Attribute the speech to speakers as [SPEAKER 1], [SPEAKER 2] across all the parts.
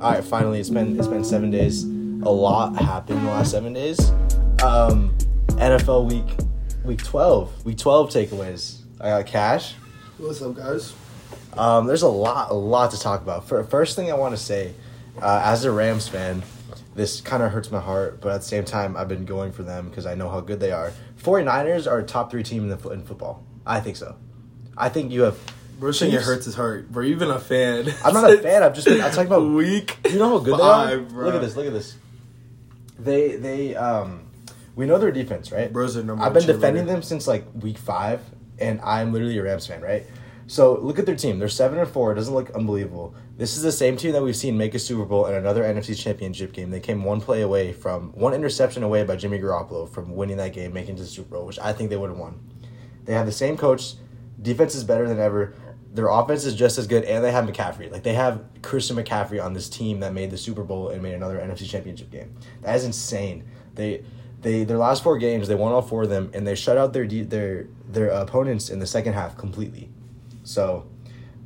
[SPEAKER 1] all right, finally, it's been it's been seven days. A lot happened in the last seven days. Um, NFL week week twelve week twelve takeaways. I got cash.
[SPEAKER 2] What's up, guys?
[SPEAKER 1] Um, there's a lot, a lot to talk about. For, first thing I want to say, uh, as a Rams fan, this kind of hurts my heart, but at the same time, I've been going for them because I know how good they are. 49ers are a top three team in, the, fo- in football. I think so. I think you have.
[SPEAKER 3] We're saying it
[SPEAKER 1] Chiefs-
[SPEAKER 3] hurts his heart. We're even a fan.
[SPEAKER 1] I'm not a fan. I've just been. I'm talking about.
[SPEAKER 3] Week.
[SPEAKER 1] You know how good they are.
[SPEAKER 3] five, bro.
[SPEAKER 1] Look at this. Look at this. They they um, we know their defense, right?
[SPEAKER 3] Bro's their number
[SPEAKER 1] I've
[SPEAKER 3] one
[SPEAKER 1] been defending
[SPEAKER 3] cheerleader.
[SPEAKER 1] them since like week five, and I'm literally a Rams fan, right? So look at their team. They're seven and four. It doesn't look unbelievable. This is the same team that we've seen make a Super Bowl and another NFC Championship game. They came one play away from one interception away by Jimmy Garoppolo from winning that game, making it to the Super Bowl, which I think they would have won. They have the same coach. Defense is better than ever. Their offense is just as good, and they have McCaffrey. Like they have Christian McCaffrey on this team that made the Super Bowl and made another NFC Championship game. That is insane. They, they, their last four games, they won all four of them, and they shut out their de- their their opponents in the second half completely. So,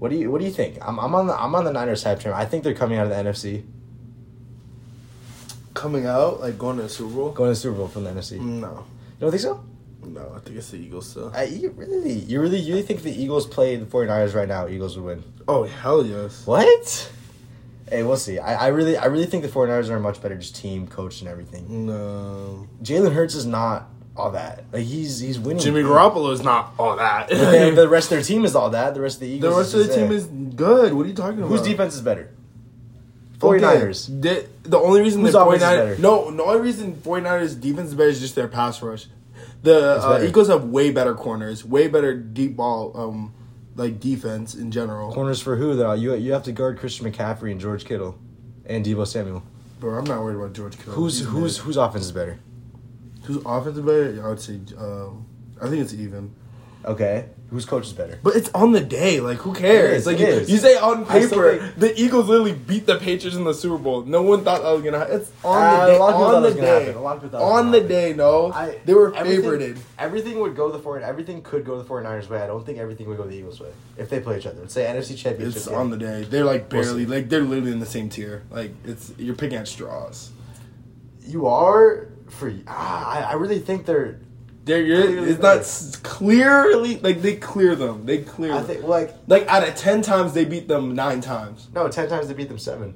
[SPEAKER 1] what do you what do you think? I'm, I'm on the I'm on the Niners hype train. I think they're coming out of the NFC,
[SPEAKER 3] Coming out, like going to the Super Bowl?
[SPEAKER 1] going to the Super Bowl from the NFC. You
[SPEAKER 3] Mm, No.
[SPEAKER 1] don't think so?
[SPEAKER 3] No, I think it's the Eagles still.
[SPEAKER 1] I, you really, you really, you really think the Eagles play the 49ers right now? Eagles would win.
[SPEAKER 3] Oh, hell yes.
[SPEAKER 1] What? Hey, we'll see. I, I really I really think the 49ers are a much better just team, coach, and everything.
[SPEAKER 3] No.
[SPEAKER 1] Jalen Hurts is not all that. Like he's he's winning.
[SPEAKER 3] Jimmy Garoppolo is not all that.
[SPEAKER 1] But then the rest of their team is all that. The rest of the
[SPEAKER 3] The
[SPEAKER 1] Eagles.
[SPEAKER 3] rest of the
[SPEAKER 1] just
[SPEAKER 3] team
[SPEAKER 1] there.
[SPEAKER 3] is good. What are you talking about?
[SPEAKER 1] whose defense is better?
[SPEAKER 3] Okay.
[SPEAKER 1] 49ers.
[SPEAKER 3] The, the only reason
[SPEAKER 1] Whose
[SPEAKER 3] the
[SPEAKER 1] offense is
[SPEAKER 3] 49ers
[SPEAKER 1] better?
[SPEAKER 3] no, the only reason 49ers defense is better is just their pass rush. The
[SPEAKER 1] It's
[SPEAKER 3] uh,
[SPEAKER 1] better.
[SPEAKER 3] Eagles have way better corners, way better deep ball um like defense in general.
[SPEAKER 1] Corners for who though? You you have to guard Christian McCaffrey and George Kittle, and Debo Samuel.
[SPEAKER 3] Bro, I'm not worried about George Kittle.
[SPEAKER 1] Who's
[SPEAKER 3] He's
[SPEAKER 1] whose whose offense is better?
[SPEAKER 3] better. who's offensive better? I would say um, I think it's even.
[SPEAKER 1] Okay, whose coach is better?
[SPEAKER 3] But it's on the day. Like, who cares?
[SPEAKER 1] It is,
[SPEAKER 3] like,
[SPEAKER 1] it
[SPEAKER 3] you,
[SPEAKER 1] is.
[SPEAKER 3] you say on
[SPEAKER 1] I still
[SPEAKER 3] paper,
[SPEAKER 1] think-
[SPEAKER 3] the Eagles literally beat the Patriots in the Super Bowl. No one thought that was gonna. happen. It's on
[SPEAKER 1] Uh,
[SPEAKER 3] the day.
[SPEAKER 1] a lot of people thought that
[SPEAKER 3] on the
[SPEAKER 1] was gonna
[SPEAKER 3] day.
[SPEAKER 1] happen. A lot of people thought it was
[SPEAKER 3] On
[SPEAKER 1] gonna
[SPEAKER 3] the
[SPEAKER 1] happen.
[SPEAKER 3] day. No,
[SPEAKER 1] I-
[SPEAKER 3] they were
[SPEAKER 1] everything-
[SPEAKER 3] favorited.
[SPEAKER 1] Everything would go the foreign. Everything could go the 49ers way. I don't think everything would go the Eagles way if they play each other. Let's say NFC Championship.
[SPEAKER 3] It's
[SPEAKER 1] game.
[SPEAKER 3] on the day. They're like
[SPEAKER 1] We'll
[SPEAKER 3] barely.
[SPEAKER 1] see.
[SPEAKER 3] like they're literally in the same tier. Like it's you're picking at straws.
[SPEAKER 1] You are free. Ah, I, I really think they're.
[SPEAKER 3] They're you're,
[SPEAKER 1] Clearly
[SPEAKER 3] it's not
[SPEAKER 1] better.
[SPEAKER 3] s- clearly like they clear them. They clear.
[SPEAKER 1] I
[SPEAKER 3] them.
[SPEAKER 1] think like
[SPEAKER 3] like out of ten times they beat them nine times.
[SPEAKER 1] no, ten times they beat them seven.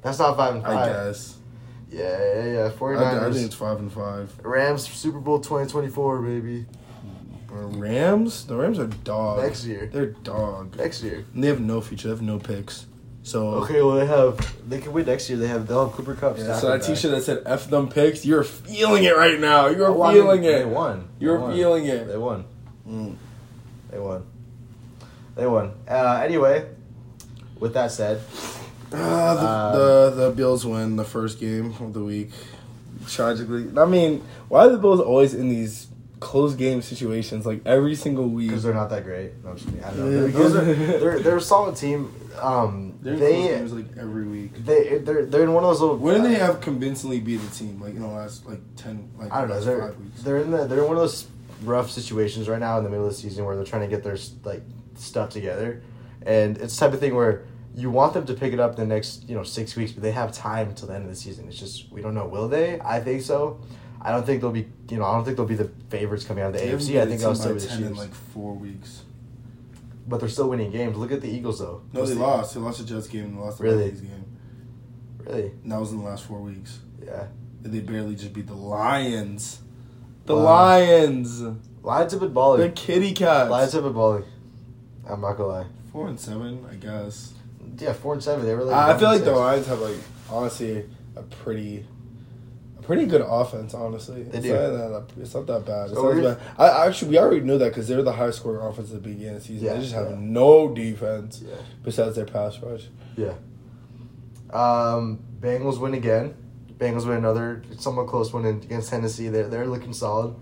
[SPEAKER 1] That's not five and
[SPEAKER 3] I
[SPEAKER 1] five.
[SPEAKER 3] guess.
[SPEAKER 1] Yeah, yeah, yeah.
[SPEAKER 3] I,
[SPEAKER 1] 49ers.
[SPEAKER 3] I think it's five and five.
[SPEAKER 1] Rams Super Bowl twenty twenty four baby
[SPEAKER 3] Rams. The Rams are dog.
[SPEAKER 1] Next year.
[SPEAKER 3] They're dog.
[SPEAKER 1] next year.
[SPEAKER 3] And They have no future. They have no picks. So
[SPEAKER 1] Okay, well they have they can win next year. They have they'll have Cooper Cup.
[SPEAKER 3] Yeah,
[SPEAKER 1] Stafford
[SPEAKER 3] so that
[SPEAKER 1] back.
[SPEAKER 3] T-shirt that said "F them picks," you're feeling it right now. You're
[SPEAKER 1] Well, I mean,
[SPEAKER 3] feeling it.
[SPEAKER 1] Oh, They won.
[SPEAKER 3] You're
[SPEAKER 1] They won.
[SPEAKER 3] feeling it.
[SPEAKER 1] They won.
[SPEAKER 3] Mm.
[SPEAKER 1] They won. They won. Uh, anyway, with that said,
[SPEAKER 3] Ah, the,
[SPEAKER 1] Uh,
[SPEAKER 3] the the Bills win the first game of the week. Tragically, I mean, why are the Bills always in these close game situations? Like every single week.
[SPEAKER 1] because they're not that great. No, I'm just kidding. I don't
[SPEAKER 3] Yeah,
[SPEAKER 1] know. They're, those are,
[SPEAKER 3] because-
[SPEAKER 1] they're, they're a solid team. Um,
[SPEAKER 3] They're in close
[SPEAKER 1] they
[SPEAKER 3] games like every week.
[SPEAKER 1] they they're, they're in one of those little. uh,
[SPEAKER 3] When did they have convincingly beat the team? Like in the last like ten, like
[SPEAKER 1] I don't know.
[SPEAKER 3] last
[SPEAKER 1] They're
[SPEAKER 3] five weeks.
[SPEAKER 1] they're in the they're in one of those rough situations right now in the middle of the season where they're trying to get their like stuff together, and it's the type of thing where you want them to pick it up the next you know six weeks, but they have time till the end of the season. It's just we don't know. Will they? I think so. I don't think they'll be you know I don't think they'll be the favorites coming out of the
[SPEAKER 3] They haven't
[SPEAKER 1] AFC.
[SPEAKER 3] beat
[SPEAKER 1] I
[SPEAKER 3] a
[SPEAKER 1] think
[SPEAKER 3] team
[SPEAKER 1] they'll
[SPEAKER 3] by
[SPEAKER 1] still be the
[SPEAKER 3] 10 in
[SPEAKER 1] Chiefs,
[SPEAKER 3] like four weeks.
[SPEAKER 1] but they're still winning games. Look at the Eagles though.
[SPEAKER 3] No,
[SPEAKER 1] What's
[SPEAKER 3] they
[SPEAKER 1] the-
[SPEAKER 3] lost. They lost the Jets game. and They lost the
[SPEAKER 1] Really?
[SPEAKER 3] Vikings game.
[SPEAKER 1] Really?
[SPEAKER 3] And that was in the last four weeks.
[SPEAKER 1] Yeah.
[SPEAKER 3] And they barely just beat the Lions. The
[SPEAKER 1] Wow.
[SPEAKER 3] Lions.
[SPEAKER 1] Lions have been
[SPEAKER 3] The
[SPEAKER 1] balling.
[SPEAKER 3] kitty cats.
[SPEAKER 1] Lions have been balling. I'm not gonna lie.
[SPEAKER 3] Four and seven, I guess.
[SPEAKER 1] Yeah, four and seven. They were.
[SPEAKER 3] I I feel
[SPEAKER 1] nine
[SPEAKER 3] like
[SPEAKER 1] and
[SPEAKER 3] the
[SPEAKER 1] six.
[SPEAKER 3] Lions have like honestly a pretty, a pretty good offense. Honestly,
[SPEAKER 1] They
[SPEAKER 3] it's,
[SPEAKER 1] do.
[SPEAKER 3] Not that, it's not that bad. It's
[SPEAKER 1] So
[SPEAKER 3] not
[SPEAKER 1] we're-
[SPEAKER 3] as bad. I actually we already knew that because they're the highest scoring offense at the beginning of the season.
[SPEAKER 1] Yeah,
[SPEAKER 3] they just have
[SPEAKER 1] yeah.
[SPEAKER 3] no defense
[SPEAKER 1] Yeah.
[SPEAKER 3] besides their pass rush.
[SPEAKER 1] Yeah. Um, Bengals win again. Bengals win another somewhat close one in- against Tennessee. They're, they're looking solid.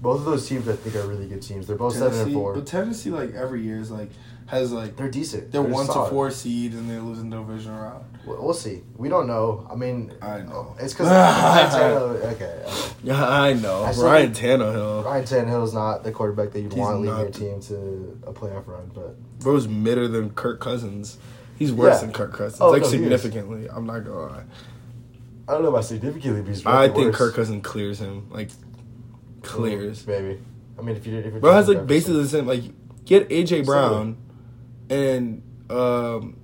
[SPEAKER 1] Both of those teams, I think, are really good teams. They're both Oh, seven and
[SPEAKER 3] Tennessee-
[SPEAKER 1] four.
[SPEAKER 3] But Tennessee, like every year, is like has like
[SPEAKER 1] They're decent.
[SPEAKER 3] they're, one
[SPEAKER 1] solid.
[SPEAKER 3] to four seed and they lose in the division round.
[SPEAKER 1] We'll we'll see. We don't know. I mean, oh,
[SPEAKER 3] I know.
[SPEAKER 1] it's because okay, okay.
[SPEAKER 3] Yeah, I know.
[SPEAKER 1] I still
[SPEAKER 3] Ryan Tannehill,
[SPEAKER 1] Ryan Tannehill is not the quarterback that you'd
[SPEAKER 3] He's
[SPEAKER 1] want leading your
[SPEAKER 3] not.
[SPEAKER 1] team to a playoff run, but
[SPEAKER 3] bro's midder than Kirk Cousins. He's worse
[SPEAKER 1] Yeah.
[SPEAKER 3] than Kirk Cousins,
[SPEAKER 1] Oh,
[SPEAKER 3] like
[SPEAKER 1] no, he is.
[SPEAKER 3] significantly. I'm not gonna lie.
[SPEAKER 1] I don't know about significantly, but he's
[SPEAKER 3] I
[SPEAKER 1] really
[SPEAKER 3] think
[SPEAKER 1] worse.
[SPEAKER 3] Kirk Cousins clears him, like clears.
[SPEAKER 1] Maybe. I mean, if you did, if you're
[SPEAKER 3] Bro has
[SPEAKER 1] talking
[SPEAKER 3] like
[SPEAKER 1] about-
[SPEAKER 3] basically the same. Like get AJ
[SPEAKER 1] Similar.
[SPEAKER 3] Brown and um,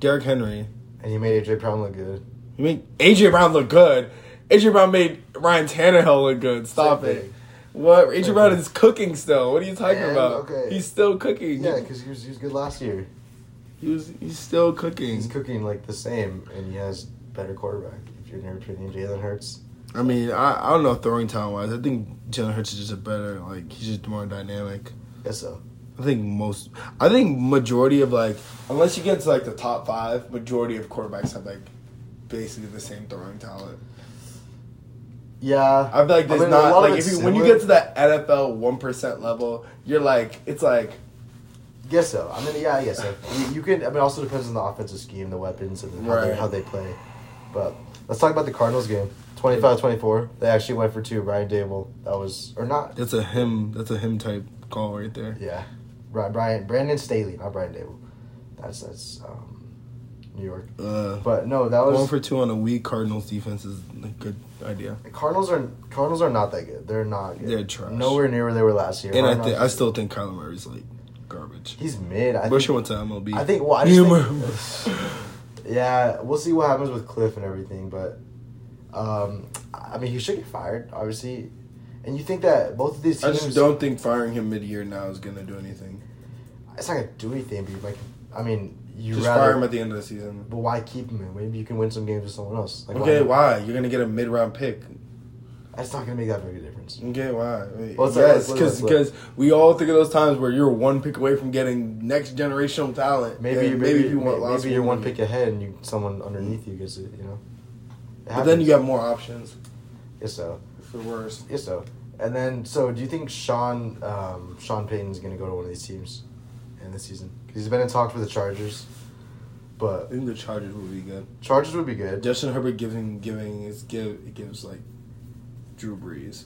[SPEAKER 3] Derrick Henry.
[SPEAKER 1] and you made AJ Brown look good.
[SPEAKER 3] You make AJ Brown look good. AJ Brown made Ryan Tannehill look good. Stop
[SPEAKER 1] Same
[SPEAKER 3] it.
[SPEAKER 1] thing.
[SPEAKER 3] What AJ Brown
[SPEAKER 1] thing.
[SPEAKER 3] is cooking still. What are you talking
[SPEAKER 1] Man,
[SPEAKER 3] about?
[SPEAKER 1] okay.
[SPEAKER 3] He's still cooking.
[SPEAKER 1] Yeah, because he was, he was good last year.
[SPEAKER 3] he was he's still cooking.
[SPEAKER 1] He's cooking like the same, and he has better quarterback. If you're near between Jalen Hurts,
[SPEAKER 3] I mean, I, I don't know throwing talent wise. I think Jalen Hurts is just a better like he's just more dynamic.
[SPEAKER 1] guess so.
[SPEAKER 3] I think most I think majority of like unless you get to like the top five, majority of quarterbacks have like basically the same throwing talent.
[SPEAKER 1] Yeah,
[SPEAKER 3] I feel like
[SPEAKER 1] I
[SPEAKER 3] there's
[SPEAKER 1] mean, a lot
[SPEAKER 3] not
[SPEAKER 1] of
[SPEAKER 3] like
[SPEAKER 1] it's
[SPEAKER 3] if you, when you
[SPEAKER 1] similar.
[SPEAKER 3] get to that NFL one percent level, you're like it's like
[SPEAKER 1] Guess so. I mean, yeah, I guess so. You, you can. I mean, it also depends on the offensive scheme, the weapons, and how, they,
[SPEAKER 3] Right.
[SPEAKER 1] how they play. But let's talk about the Cardinals game. 25-24. They actually went for two. Brian Dable. That was or not?
[SPEAKER 3] that's a him that's a him type call right there.
[SPEAKER 1] Yeah, Brian. Brian Brandon Staley, not Brian Dable. That's that's um, New York.
[SPEAKER 3] Uh,
[SPEAKER 1] But no, that was
[SPEAKER 3] one for two on a weak Cardinals defense is a good idea.
[SPEAKER 1] Cardinals are Cardinals are not that good. They're not good.
[SPEAKER 3] They're trash.
[SPEAKER 1] Nowhere near where they were last year.
[SPEAKER 3] And I
[SPEAKER 1] Hard
[SPEAKER 3] think I
[SPEAKER 1] knocks-
[SPEAKER 3] still think Kyler Murray's like garbage.
[SPEAKER 1] he's mid. I
[SPEAKER 3] Wish he
[SPEAKER 1] think,
[SPEAKER 3] went to MLB.
[SPEAKER 1] I think. Well, I just
[SPEAKER 3] Humor.
[SPEAKER 1] think, yeah, we'll see what happens with Cliff and everything, but um, I mean, he should get fired, obviously. And you think that both of these
[SPEAKER 3] I
[SPEAKER 1] teams
[SPEAKER 3] just don't think firing him mid-year now is gonna do anything.
[SPEAKER 1] It's not gonna do anything, but like, I mean, you
[SPEAKER 3] just
[SPEAKER 1] rather.
[SPEAKER 3] fire him at the end of the season.
[SPEAKER 1] but why keep him? in? Maybe you can win some games with someone else. Like,
[SPEAKER 3] okay,
[SPEAKER 1] why?
[SPEAKER 3] why? You're gonna get a mid-round pick.
[SPEAKER 1] That's not gonna make that big a difference.
[SPEAKER 3] Okay, why?
[SPEAKER 1] Well, it's like-
[SPEAKER 3] yes,
[SPEAKER 1] look,
[SPEAKER 3] because
[SPEAKER 1] look, look.
[SPEAKER 3] we all think of those times where you're one pick away from getting next generational talent.
[SPEAKER 1] Maybe
[SPEAKER 3] and
[SPEAKER 1] you maybe, maybe,
[SPEAKER 3] lost
[SPEAKER 1] you're one pick ahead and you someone underneath you gets it. You know. It
[SPEAKER 3] But then you
[SPEAKER 1] happens.
[SPEAKER 3] have more options.
[SPEAKER 1] Yes, so.
[SPEAKER 3] It's the worst.
[SPEAKER 1] Yes, so. And then, so do you think Sean um, Sean Payton's gonna go to one of these teams in the season? Because he's been in talks with the Chargers,
[SPEAKER 3] I
[SPEAKER 1] but
[SPEAKER 3] think the Chargers will be good.
[SPEAKER 1] Chargers would be good.
[SPEAKER 3] Justin Herbert giving giving is give it gives like Drew Brees.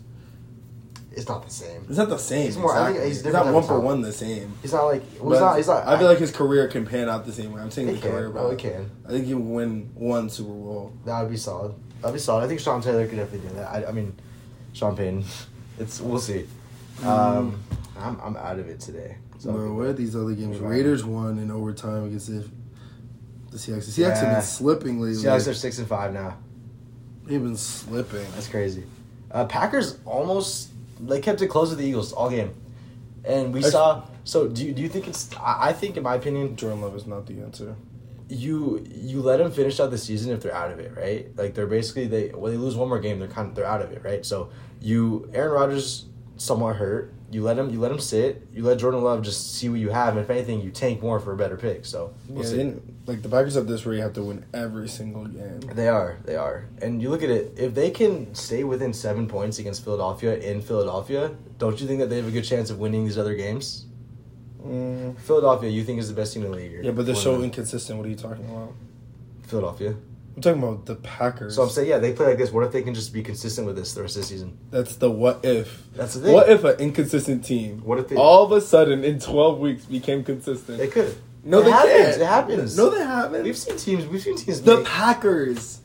[SPEAKER 1] It's not the same.
[SPEAKER 3] It's not the same.
[SPEAKER 1] He's more- I think
[SPEAKER 3] exactly.
[SPEAKER 1] he's
[SPEAKER 3] It's
[SPEAKER 1] different
[SPEAKER 3] not
[SPEAKER 1] type
[SPEAKER 3] one
[SPEAKER 1] of
[SPEAKER 3] for
[SPEAKER 1] talent.
[SPEAKER 3] one the same.
[SPEAKER 1] He's not like well, he's not. He's not.
[SPEAKER 3] I feel like his career can pan out the same way. I'm saying
[SPEAKER 1] It
[SPEAKER 3] the
[SPEAKER 1] can.
[SPEAKER 3] career.
[SPEAKER 1] Oh, it
[SPEAKER 3] balance.
[SPEAKER 1] can.
[SPEAKER 3] I think he will win one Super Bowl.
[SPEAKER 1] that would be solid. That'd be solid. I think Sean Taylor could definitely do that. I, I mean, Sean Payton. It's we'll see.
[SPEAKER 3] Mm.
[SPEAKER 1] Um, I'm I'm out of it today. So-
[SPEAKER 3] Bro, what are these other games?
[SPEAKER 1] Right.
[SPEAKER 3] Raiders won in overtime against the, the Seahawks. The Seahawks have
[SPEAKER 1] Yeah.
[SPEAKER 3] been slipping lately.
[SPEAKER 1] Seahawks are six and five now.
[SPEAKER 3] They've been slipping.
[SPEAKER 1] That's crazy. Uh, Packers almost they kept it close with the Eagles all game, and we
[SPEAKER 3] That's-
[SPEAKER 1] saw. So do you, do you think it's? I I think in my opinion,
[SPEAKER 3] Jordan Love is not the answer.
[SPEAKER 1] you you let them finish out the season if they're out of it, right? Like they're basically they when they lose one more game, they're kind of they're out of it, right? So you Aaron Rodgers somewhat hurt. You let him you let him sit. You let Jordan Love just see what you have, and if anything, you tank more for a better pick. So we'll
[SPEAKER 3] yeah,
[SPEAKER 1] see.
[SPEAKER 3] they didn't- like the Packers have this where you have to win every single game.
[SPEAKER 1] They are. They are. And you look at it, if they can stay within seven points against Philadelphia in Philadelphia, don't you think that they have a good chance of winning these other games?
[SPEAKER 3] Mm.
[SPEAKER 1] Philadelphia, you think is the best team in the league.
[SPEAKER 3] Yeah, but they're so
[SPEAKER 1] One-
[SPEAKER 3] inconsistent. What are you talking about?
[SPEAKER 1] Philadelphia.
[SPEAKER 3] I'm talking about the Packers.
[SPEAKER 1] So I'm saying, yeah, they play like this. What if they can just be consistent with this the rest of the season?
[SPEAKER 3] That's the what if.
[SPEAKER 1] That's the thing.
[SPEAKER 3] What if an inconsistent team?
[SPEAKER 1] What if they-
[SPEAKER 3] all of a sudden in twelve weeks became consistent?
[SPEAKER 1] They could.
[SPEAKER 3] no,
[SPEAKER 1] it
[SPEAKER 3] they
[SPEAKER 1] happens.
[SPEAKER 3] can't.
[SPEAKER 1] It happens.
[SPEAKER 3] No, they haven't.
[SPEAKER 1] We've seen teams. We've seen teams.
[SPEAKER 3] the
[SPEAKER 1] make-
[SPEAKER 3] Packers.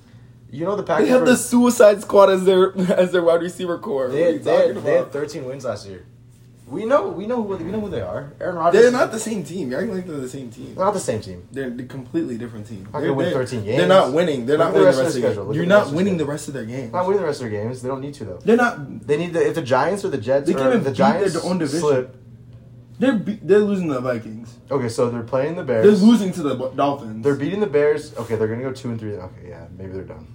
[SPEAKER 1] you know the
[SPEAKER 3] They
[SPEAKER 1] Packers.
[SPEAKER 3] have
[SPEAKER 1] were-
[SPEAKER 3] the Suicide Squad as their as their wide receiver core.
[SPEAKER 1] they
[SPEAKER 3] what are
[SPEAKER 1] had,
[SPEAKER 3] you
[SPEAKER 1] they, had,
[SPEAKER 3] talking
[SPEAKER 1] they had
[SPEAKER 3] about?
[SPEAKER 1] 13 wins last year. We know. We know who. We know who they are. Aaron Rodgers.
[SPEAKER 3] They're not the same team. You're acting like they're the same team.
[SPEAKER 1] Not the same team.
[SPEAKER 3] They're a completely different team.
[SPEAKER 1] How can
[SPEAKER 3] they're,
[SPEAKER 1] they win
[SPEAKER 3] they're-
[SPEAKER 1] 13 games?
[SPEAKER 3] They're not winning. They're
[SPEAKER 1] Look at
[SPEAKER 3] not
[SPEAKER 1] the
[SPEAKER 3] winning
[SPEAKER 1] rest
[SPEAKER 3] the
[SPEAKER 1] of their
[SPEAKER 3] rest of their
[SPEAKER 1] schedule.
[SPEAKER 3] game.
[SPEAKER 1] Look
[SPEAKER 3] You're
[SPEAKER 1] at the rest
[SPEAKER 3] not
[SPEAKER 1] of their
[SPEAKER 3] winning the
[SPEAKER 1] schedule.
[SPEAKER 3] rest of their games.
[SPEAKER 1] Not winning the rest of their games. They don't need to though.
[SPEAKER 3] They're not.
[SPEAKER 1] They need the if the Giants or the Jets
[SPEAKER 3] They
[SPEAKER 1] or
[SPEAKER 3] can't even
[SPEAKER 1] if the
[SPEAKER 3] beat their
[SPEAKER 1] Giants
[SPEAKER 3] own division.
[SPEAKER 1] slip.
[SPEAKER 3] They're be- they're losing to the Vikings.
[SPEAKER 1] Okay, so they're playing the
[SPEAKER 3] They're
[SPEAKER 1] Bears. They're,
[SPEAKER 3] losing to the B- Dolphins.
[SPEAKER 1] beating the Bears. Okay, they're gonna go two and three. Okay, yeah, maybe they're done.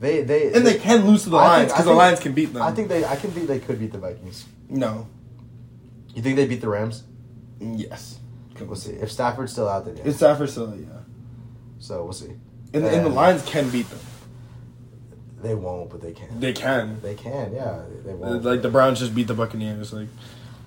[SPEAKER 1] They they
[SPEAKER 3] and they can lose to the
[SPEAKER 1] I think-
[SPEAKER 3] Lions
[SPEAKER 1] I
[SPEAKER 3] because the
[SPEAKER 1] think-
[SPEAKER 3] Lions can beat them.
[SPEAKER 1] I think they I can think they could beat the Vikings.
[SPEAKER 3] no.
[SPEAKER 1] You think they beat the Rams?
[SPEAKER 3] Yes.
[SPEAKER 1] We'll see. If Stafford's still out, then yeah.
[SPEAKER 3] It's Stafford still, yeah.
[SPEAKER 1] so we'll see.
[SPEAKER 3] And, and the
[SPEAKER 1] Yeah.
[SPEAKER 3] Lions can beat them.
[SPEAKER 1] They won't, but they can. They,
[SPEAKER 3] They can.
[SPEAKER 1] can, yeah. They, they won't.
[SPEAKER 3] Like the Browns just beat the Buccaneers. Like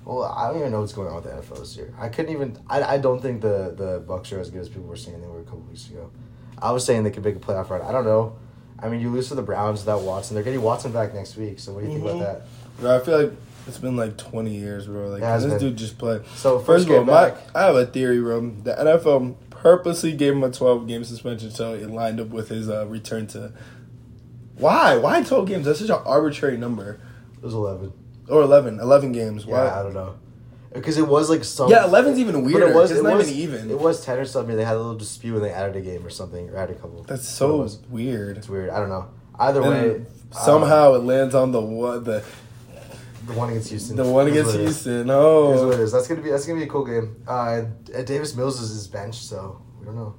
[SPEAKER 1] well, I don't even know what's going on with the NFL this year. I couldn't even. I, I don't think the the Bucks are as good as people were saying they were a couple weeks ago. I was saying they could make a playoff run. I don't know. I mean, you lose to the Browns without Watson. They're getting Watson back next week. So what do you think
[SPEAKER 3] Mhm.
[SPEAKER 1] about that?
[SPEAKER 3] bro, I feel like it's been like twenty years, bro. Like
[SPEAKER 1] It has
[SPEAKER 3] this
[SPEAKER 1] been.
[SPEAKER 3] dude just played.
[SPEAKER 1] So
[SPEAKER 3] First
[SPEAKER 1] first
[SPEAKER 3] of all,
[SPEAKER 1] game
[SPEAKER 3] my,
[SPEAKER 1] back.
[SPEAKER 3] I have a theory, bro. The NFL purposely gave him a 12 game suspension so it lined up with his uh, return to. Why? Why 12 games? That's such an arbitrary number.
[SPEAKER 1] It was eleven.
[SPEAKER 3] Or 11. 11 games. Why?
[SPEAKER 1] Yeah, I don't know. Because it was like some.
[SPEAKER 3] Yeah, 11's even
[SPEAKER 1] But
[SPEAKER 3] weirder.
[SPEAKER 1] It was.
[SPEAKER 3] It's
[SPEAKER 1] It
[SPEAKER 3] not
[SPEAKER 1] was
[SPEAKER 3] even even.
[SPEAKER 1] It was ten or something. They had a little dispute and they added a game or something, or added a couple.
[SPEAKER 3] That's
[SPEAKER 1] What it
[SPEAKER 3] so
[SPEAKER 1] was.
[SPEAKER 3] weird.
[SPEAKER 1] It's weird. I don't know. Either way,
[SPEAKER 3] And somehow it lands on the one, the,
[SPEAKER 1] uh, the one against Houston.
[SPEAKER 3] the one
[SPEAKER 1] Here's
[SPEAKER 3] against
[SPEAKER 1] what it is.
[SPEAKER 3] Houston.
[SPEAKER 1] Here's what it
[SPEAKER 3] Oh,
[SPEAKER 1] is. That's gonna be that's gonna be a cool game. Uh, D- Davis Mills is his bench, so we don't know.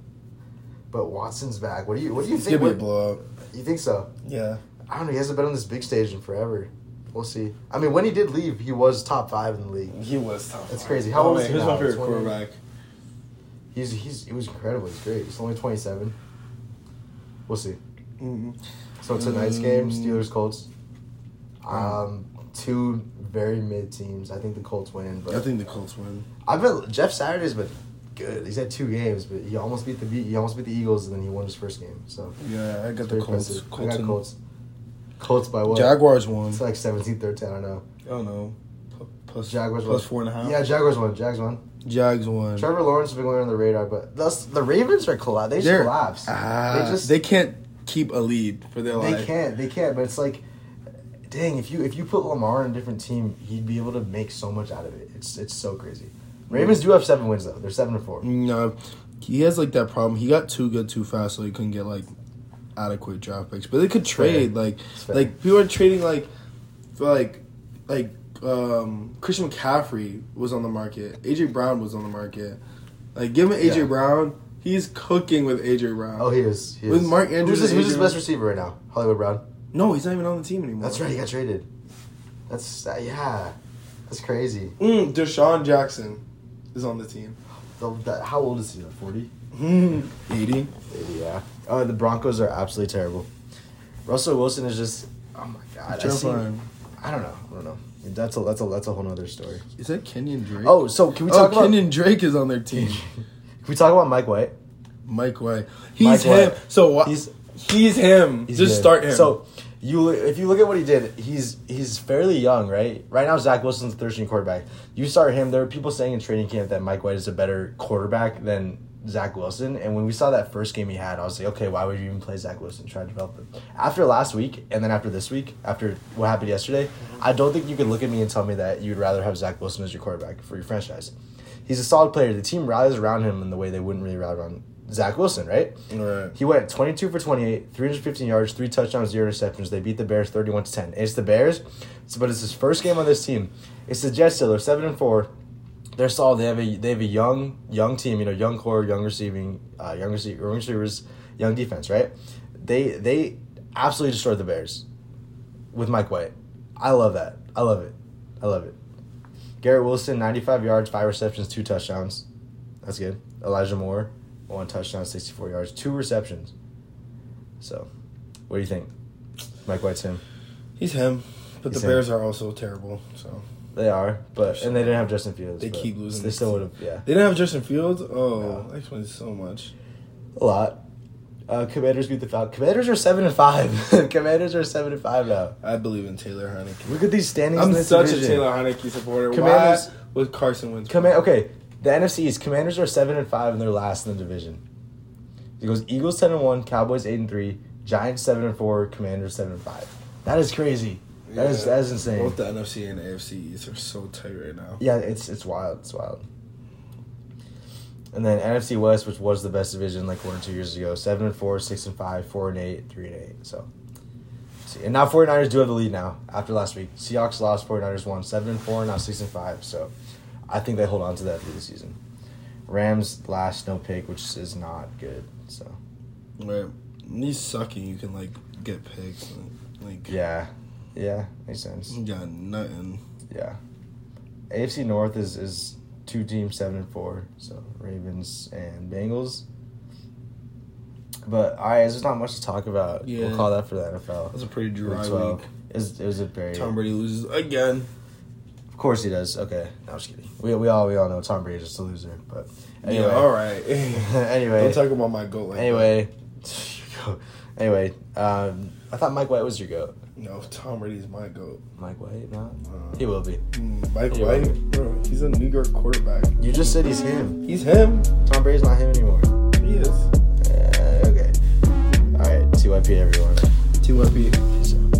[SPEAKER 1] But Watson's back. What do you what do you
[SPEAKER 3] it's
[SPEAKER 1] think?
[SPEAKER 3] gonna be
[SPEAKER 1] What,
[SPEAKER 3] a blowout.
[SPEAKER 1] you think so?
[SPEAKER 3] Yeah,
[SPEAKER 1] I don't know. He hasn't been on this big stage in forever. We'll see. I mean, when he did leave, he was top five in the league.
[SPEAKER 3] he was tough.
[SPEAKER 1] That's crazy. How old is he
[SPEAKER 3] Who's
[SPEAKER 1] now?
[SPEAKER 3] my favorite
[SPEAKER 1] Twenty-
[SPEAKER 3] quarterback?
[SPEAKER 1] He's he's he was incredible. He's great. He's only twenty seven. We'll see.
[SPEAKER 3] Mhm.
[SPEAKER 1] Mm-hmm. So tonight's game,
[SPEAKER 3] Mm.
[SPEAKER 1] Steelers Colts. Um, two very mid teams. I think the Colts win, but
[SPEAKER 3] I think the Colts win.
[SPEAKER 1] I've been Jeff Saturday's been good. He's had two games, but he almost beat the Be- he almost beat the Eagles, and then he won his first game. So
[SPEAKER 3] Yeah, I got
[SPEAKER 1] it's
[SPEAKER 3] the
[SPEAKER 1] very
[SPEAKER 3] Colts.
[SPEAKER 1] impressive.
[SPEAKER 3] Colts
[SPEAKER 1] I got
[SPEAKER 3] and-
[SPEAKER 1] Colts. Colts by what?
[SPEAKER 3] Jaguars won.
[SPEAKER 1] It's like 17-13, I don't know.
[SPEAKER 3] I don't know. P- Plus
[SPEAKER 1] Jaguars
[SPEAKER 3] plus
[SPEAKER 1] won.
[SPEAKER 3] four and a half.
[SPEAKER 1] Yeah, Jaguars won. Jags won.
[SPEAKER 3] Jags won.
[SPEAKER 1] Trevor Lawrence has been going on the radar, but that's, the Ravens are collapsed. They just
[SPEAKER 3] They're-
[SPEAKER 1] collapse.
[SPEAKER 3] Ah,
[SPEAKER 1] they just
[SPEAKER 3] they can't keep a lead for their
[SPEAKER 1] They
[SPEAKER 3] life.
[SPEAKER 1] can't. They can't. But it's like, dang, if you if you put Lamar on a different team, he'd be able to make so much out of it. It's it's so crazy. Ravens do have seven wins though. They're seven and four.
[SPEAKER 3] No, he has like that problem. He got too good too fast, so he couldn't get like adequate draft picks. But they could
[SPEAKER 1] fair.
[SPEAKER 3] trade like
[SPEAKER 1] It's fair.
[SPEAKER 3] like people are trading like for like like um Christian McCaffrey was on the market. AJ Brown was on the market. Like give him AJ
[SPEAKER 1] Yeah.
[SPEAKER 3] Brown. He's cooking with AJ Brown.
[SPEAKER 1] Oh, he is. He is.
[SPEAKER 3] With Mark
[SPEAKER 1] Who's
[SPEAKER 3] Andrews
[SPEAKER 1] his,
[SPEAKER 3] and
[SPEAKER 1] who's his
[SPEAKER 3] Adrian-
[SPEAKER 1] best receiver right now? Hollywood Brown.
[SPEAKER 3] no, he's not even on the team anymore.
[SPEAKER 1] That's right. He got traded. That's uh, yeah. That's crazy.
[SPEAKER 3] Mm, Deshaun Jackson is on the team.
[SPEAKER 1] The, that, how old is he? Like forty.
[SPEAKER 3] Mm, Eighty.
[SPEAKER 1] Yeah. Uh, the Broncos are absolutely terrible. Russell Wilson is just. Oh my god. I, see,
[SPEAKER 3] Terrifying.
[SPEAKER 1] I don't know. I don't know. That's a that's a that's a whole nother story.
[SPEAKER 3] Is that Kenyon Drake?
[SPEAKER 1] Oh, so can we
[SPEAKER 3] oh,
[SPEAKER 1] talk about?
[SPEAKER 3] Kenyon Drake is on their team.
[SPEAKER 1] Can we talk about Mike White?
[SPEAKER 3] Mike White. He's
[SPEAKER 1] Mike
[SPEAKER 3] him.
[SPEAKER 1] White.
[SPEAKER 3] So what?
[SPEAKER 1] He's-
[SPEAKER 3] He's, him.
[SPEAKER 1] He's
[SPEAKER 3] Just
[SPEAKER 1] good.
[SPEAKER 3] start him.
[SPEAKER 1] So you lo- if you look at what he did, he's he's fairly young, right? Right now, Zach Wilson's the third string quarterback. You start him. There are people saying in training camp that Mike White is a better quarterback than Zach Wilson. And when we saw that first game he had, I was like, okay, why would you even play Zach Wilson? Try to develop him. After last week, and then after this week, after what happened yesterday, I don't think you could look at me and tell me that you'd rather have Zach Wilson as your quarterback for your franchise. He's a solid player. The team rallies around him in the way they wouldn't really rally around Zach Wilson, right?
[SPEAKER 3] Right.
[SPEAKER 1] He went 22 for 28, 315 yards, three touchdowns, zero interceptions. They beat the Bears 31 to 10. It's the Bears, it's- but it's his first game on this team. It's the Jets still. They're 7 and 4. They're solid. They have a they have a young young team, you know, young core, young receiving, uh, young, rece- young receivers, young defense, right? They they absolutely destroyed the Bears with Mike White. I love that. I love it. I love it. Garrett Wilson, 95 yards, five receptions, two touchdowns. That's good. Elijah Moore, one touchdown, 64 yards, two receptions. So, what do you think? Mike White's him.
[SPEAKER 3] he's him. But
[SPEAKER 1] He's
[SPEAKER 3] the
[SPEAKER 1] him.
[SPEAKER 3] Bears are also terrible. So
[SPEAKER 1] They are, but and they didn't have Justin Fields.
[SPEAKER 3] They
[SPEAKER 1] but
[SPEAKER 3] keep losing
[SPEAKER 1] They
[SPEAKER 3] this
[SPEAKER 1] still would
[SPEAKER 3] season.
[SPEAKER 1] have, yeah,
[SPEAKER 3] they didn't have Justin Fields. Oh,
[SPEAKER 1] No.
[SPEAKER 3] that explains so much.
[SPEAKER 1] a lot. Uh, commanders beat the Falcons. Commanders are seven and five. commanders are seven and five now.
[SPEAKER 3] I believe in Taylor Heineke.
[SPEAKER 1] Look at these standings. in
[SPEAKER 3] I'm
[SPEAKER 1] this
[SPEAKER 3] such a
[SPEAKER 1] division.
[SPEAKER 3] Taylor Heineke supporter.
[SPEAKER 1] Commanders-
[SPEAKER 3] Why was Carson Wentz?
[SPEAKER 1] Command. Okay, the NFC East. Commanders are seven and five, and they're last in the division. It goes Eagles ten and one, Cowboys eight and three, Giants seven and four, Commanders seven and five. That is crazy. That is
[SPEAKER 3] Yeah.
[SPEAKER 1] that is insane.
[SPEAKER 3] Both the NFC and AFC East are so tight right now.
[SPEAKER 1] Yeah, it's it's wild. It's wild. And then NFC West, which was the best division like one or two years ago, seven and four, six and five, four and eight, three and eight. So, see, and now 49ers do have the lead now after last week. Seahawks lost, 49ers won, seven and four, now six and five. So, I think they hold on to that through the season. Rams last no pick, which is not good. So,
[SPEAKER 3] Right. He's sucking. You can like get picks. and, Like
[SPEAKER 1] yeah, yeah, makes sense.
[SPEAKER 3] you got nothing.
[SPEAKER 1] Yeah. AFC North is is two teams seven and four, so Ravens and Bengals. But all right, there's not much to talk about. We'll
[SPEAKER 3] Yeah.
[SPEAKER 1] call that for the
[SPEAKER 3] That
[SPEAKER 1] NFL.
[SPEAKER 3] was a pretty
[SPEAKER 1] Week
[SPEAKER 3] dry
[SPEAKER 1] twelve.
[SPEAKER 3] week.
[SPEAKER 1] It was, it was a very.
[SPEAKER 3] Tom Brady loses again.
[SPEAKER 1] Of course he does. Okay, no, I'm just kidding. We, we all we all know Tom Brady is just a loser. But anyway,
[SPEAKER 3] Yeah, all right.
[SPEAKER 1] anyway,
[SPEAKER 3] Don't talk about my goat like
[SPEAKER 1] anyway, anyway. Um, I thought Mike White was your goat.
[SPEAKER 3] that. No, Tom Brady's my goat.
[SPEAKER 1] Mike White, not.
[SPEAKER 3] Uh,
[SPEAKER 1] He will be.
[SPEAKER 3] Mm, Mike
[SPEAKER 1] Yeah.
[SPEAKER 3] White, bro, he's a New York quarterback.
[SPEAKER 1] You just said he's him.
[SPEAKER 3] He's him.
[SPEAKER 1] Tom Brady's not him anymore. everyone.
[SPEAKER 3] Two up.
[SPEAKER 1] Peace out.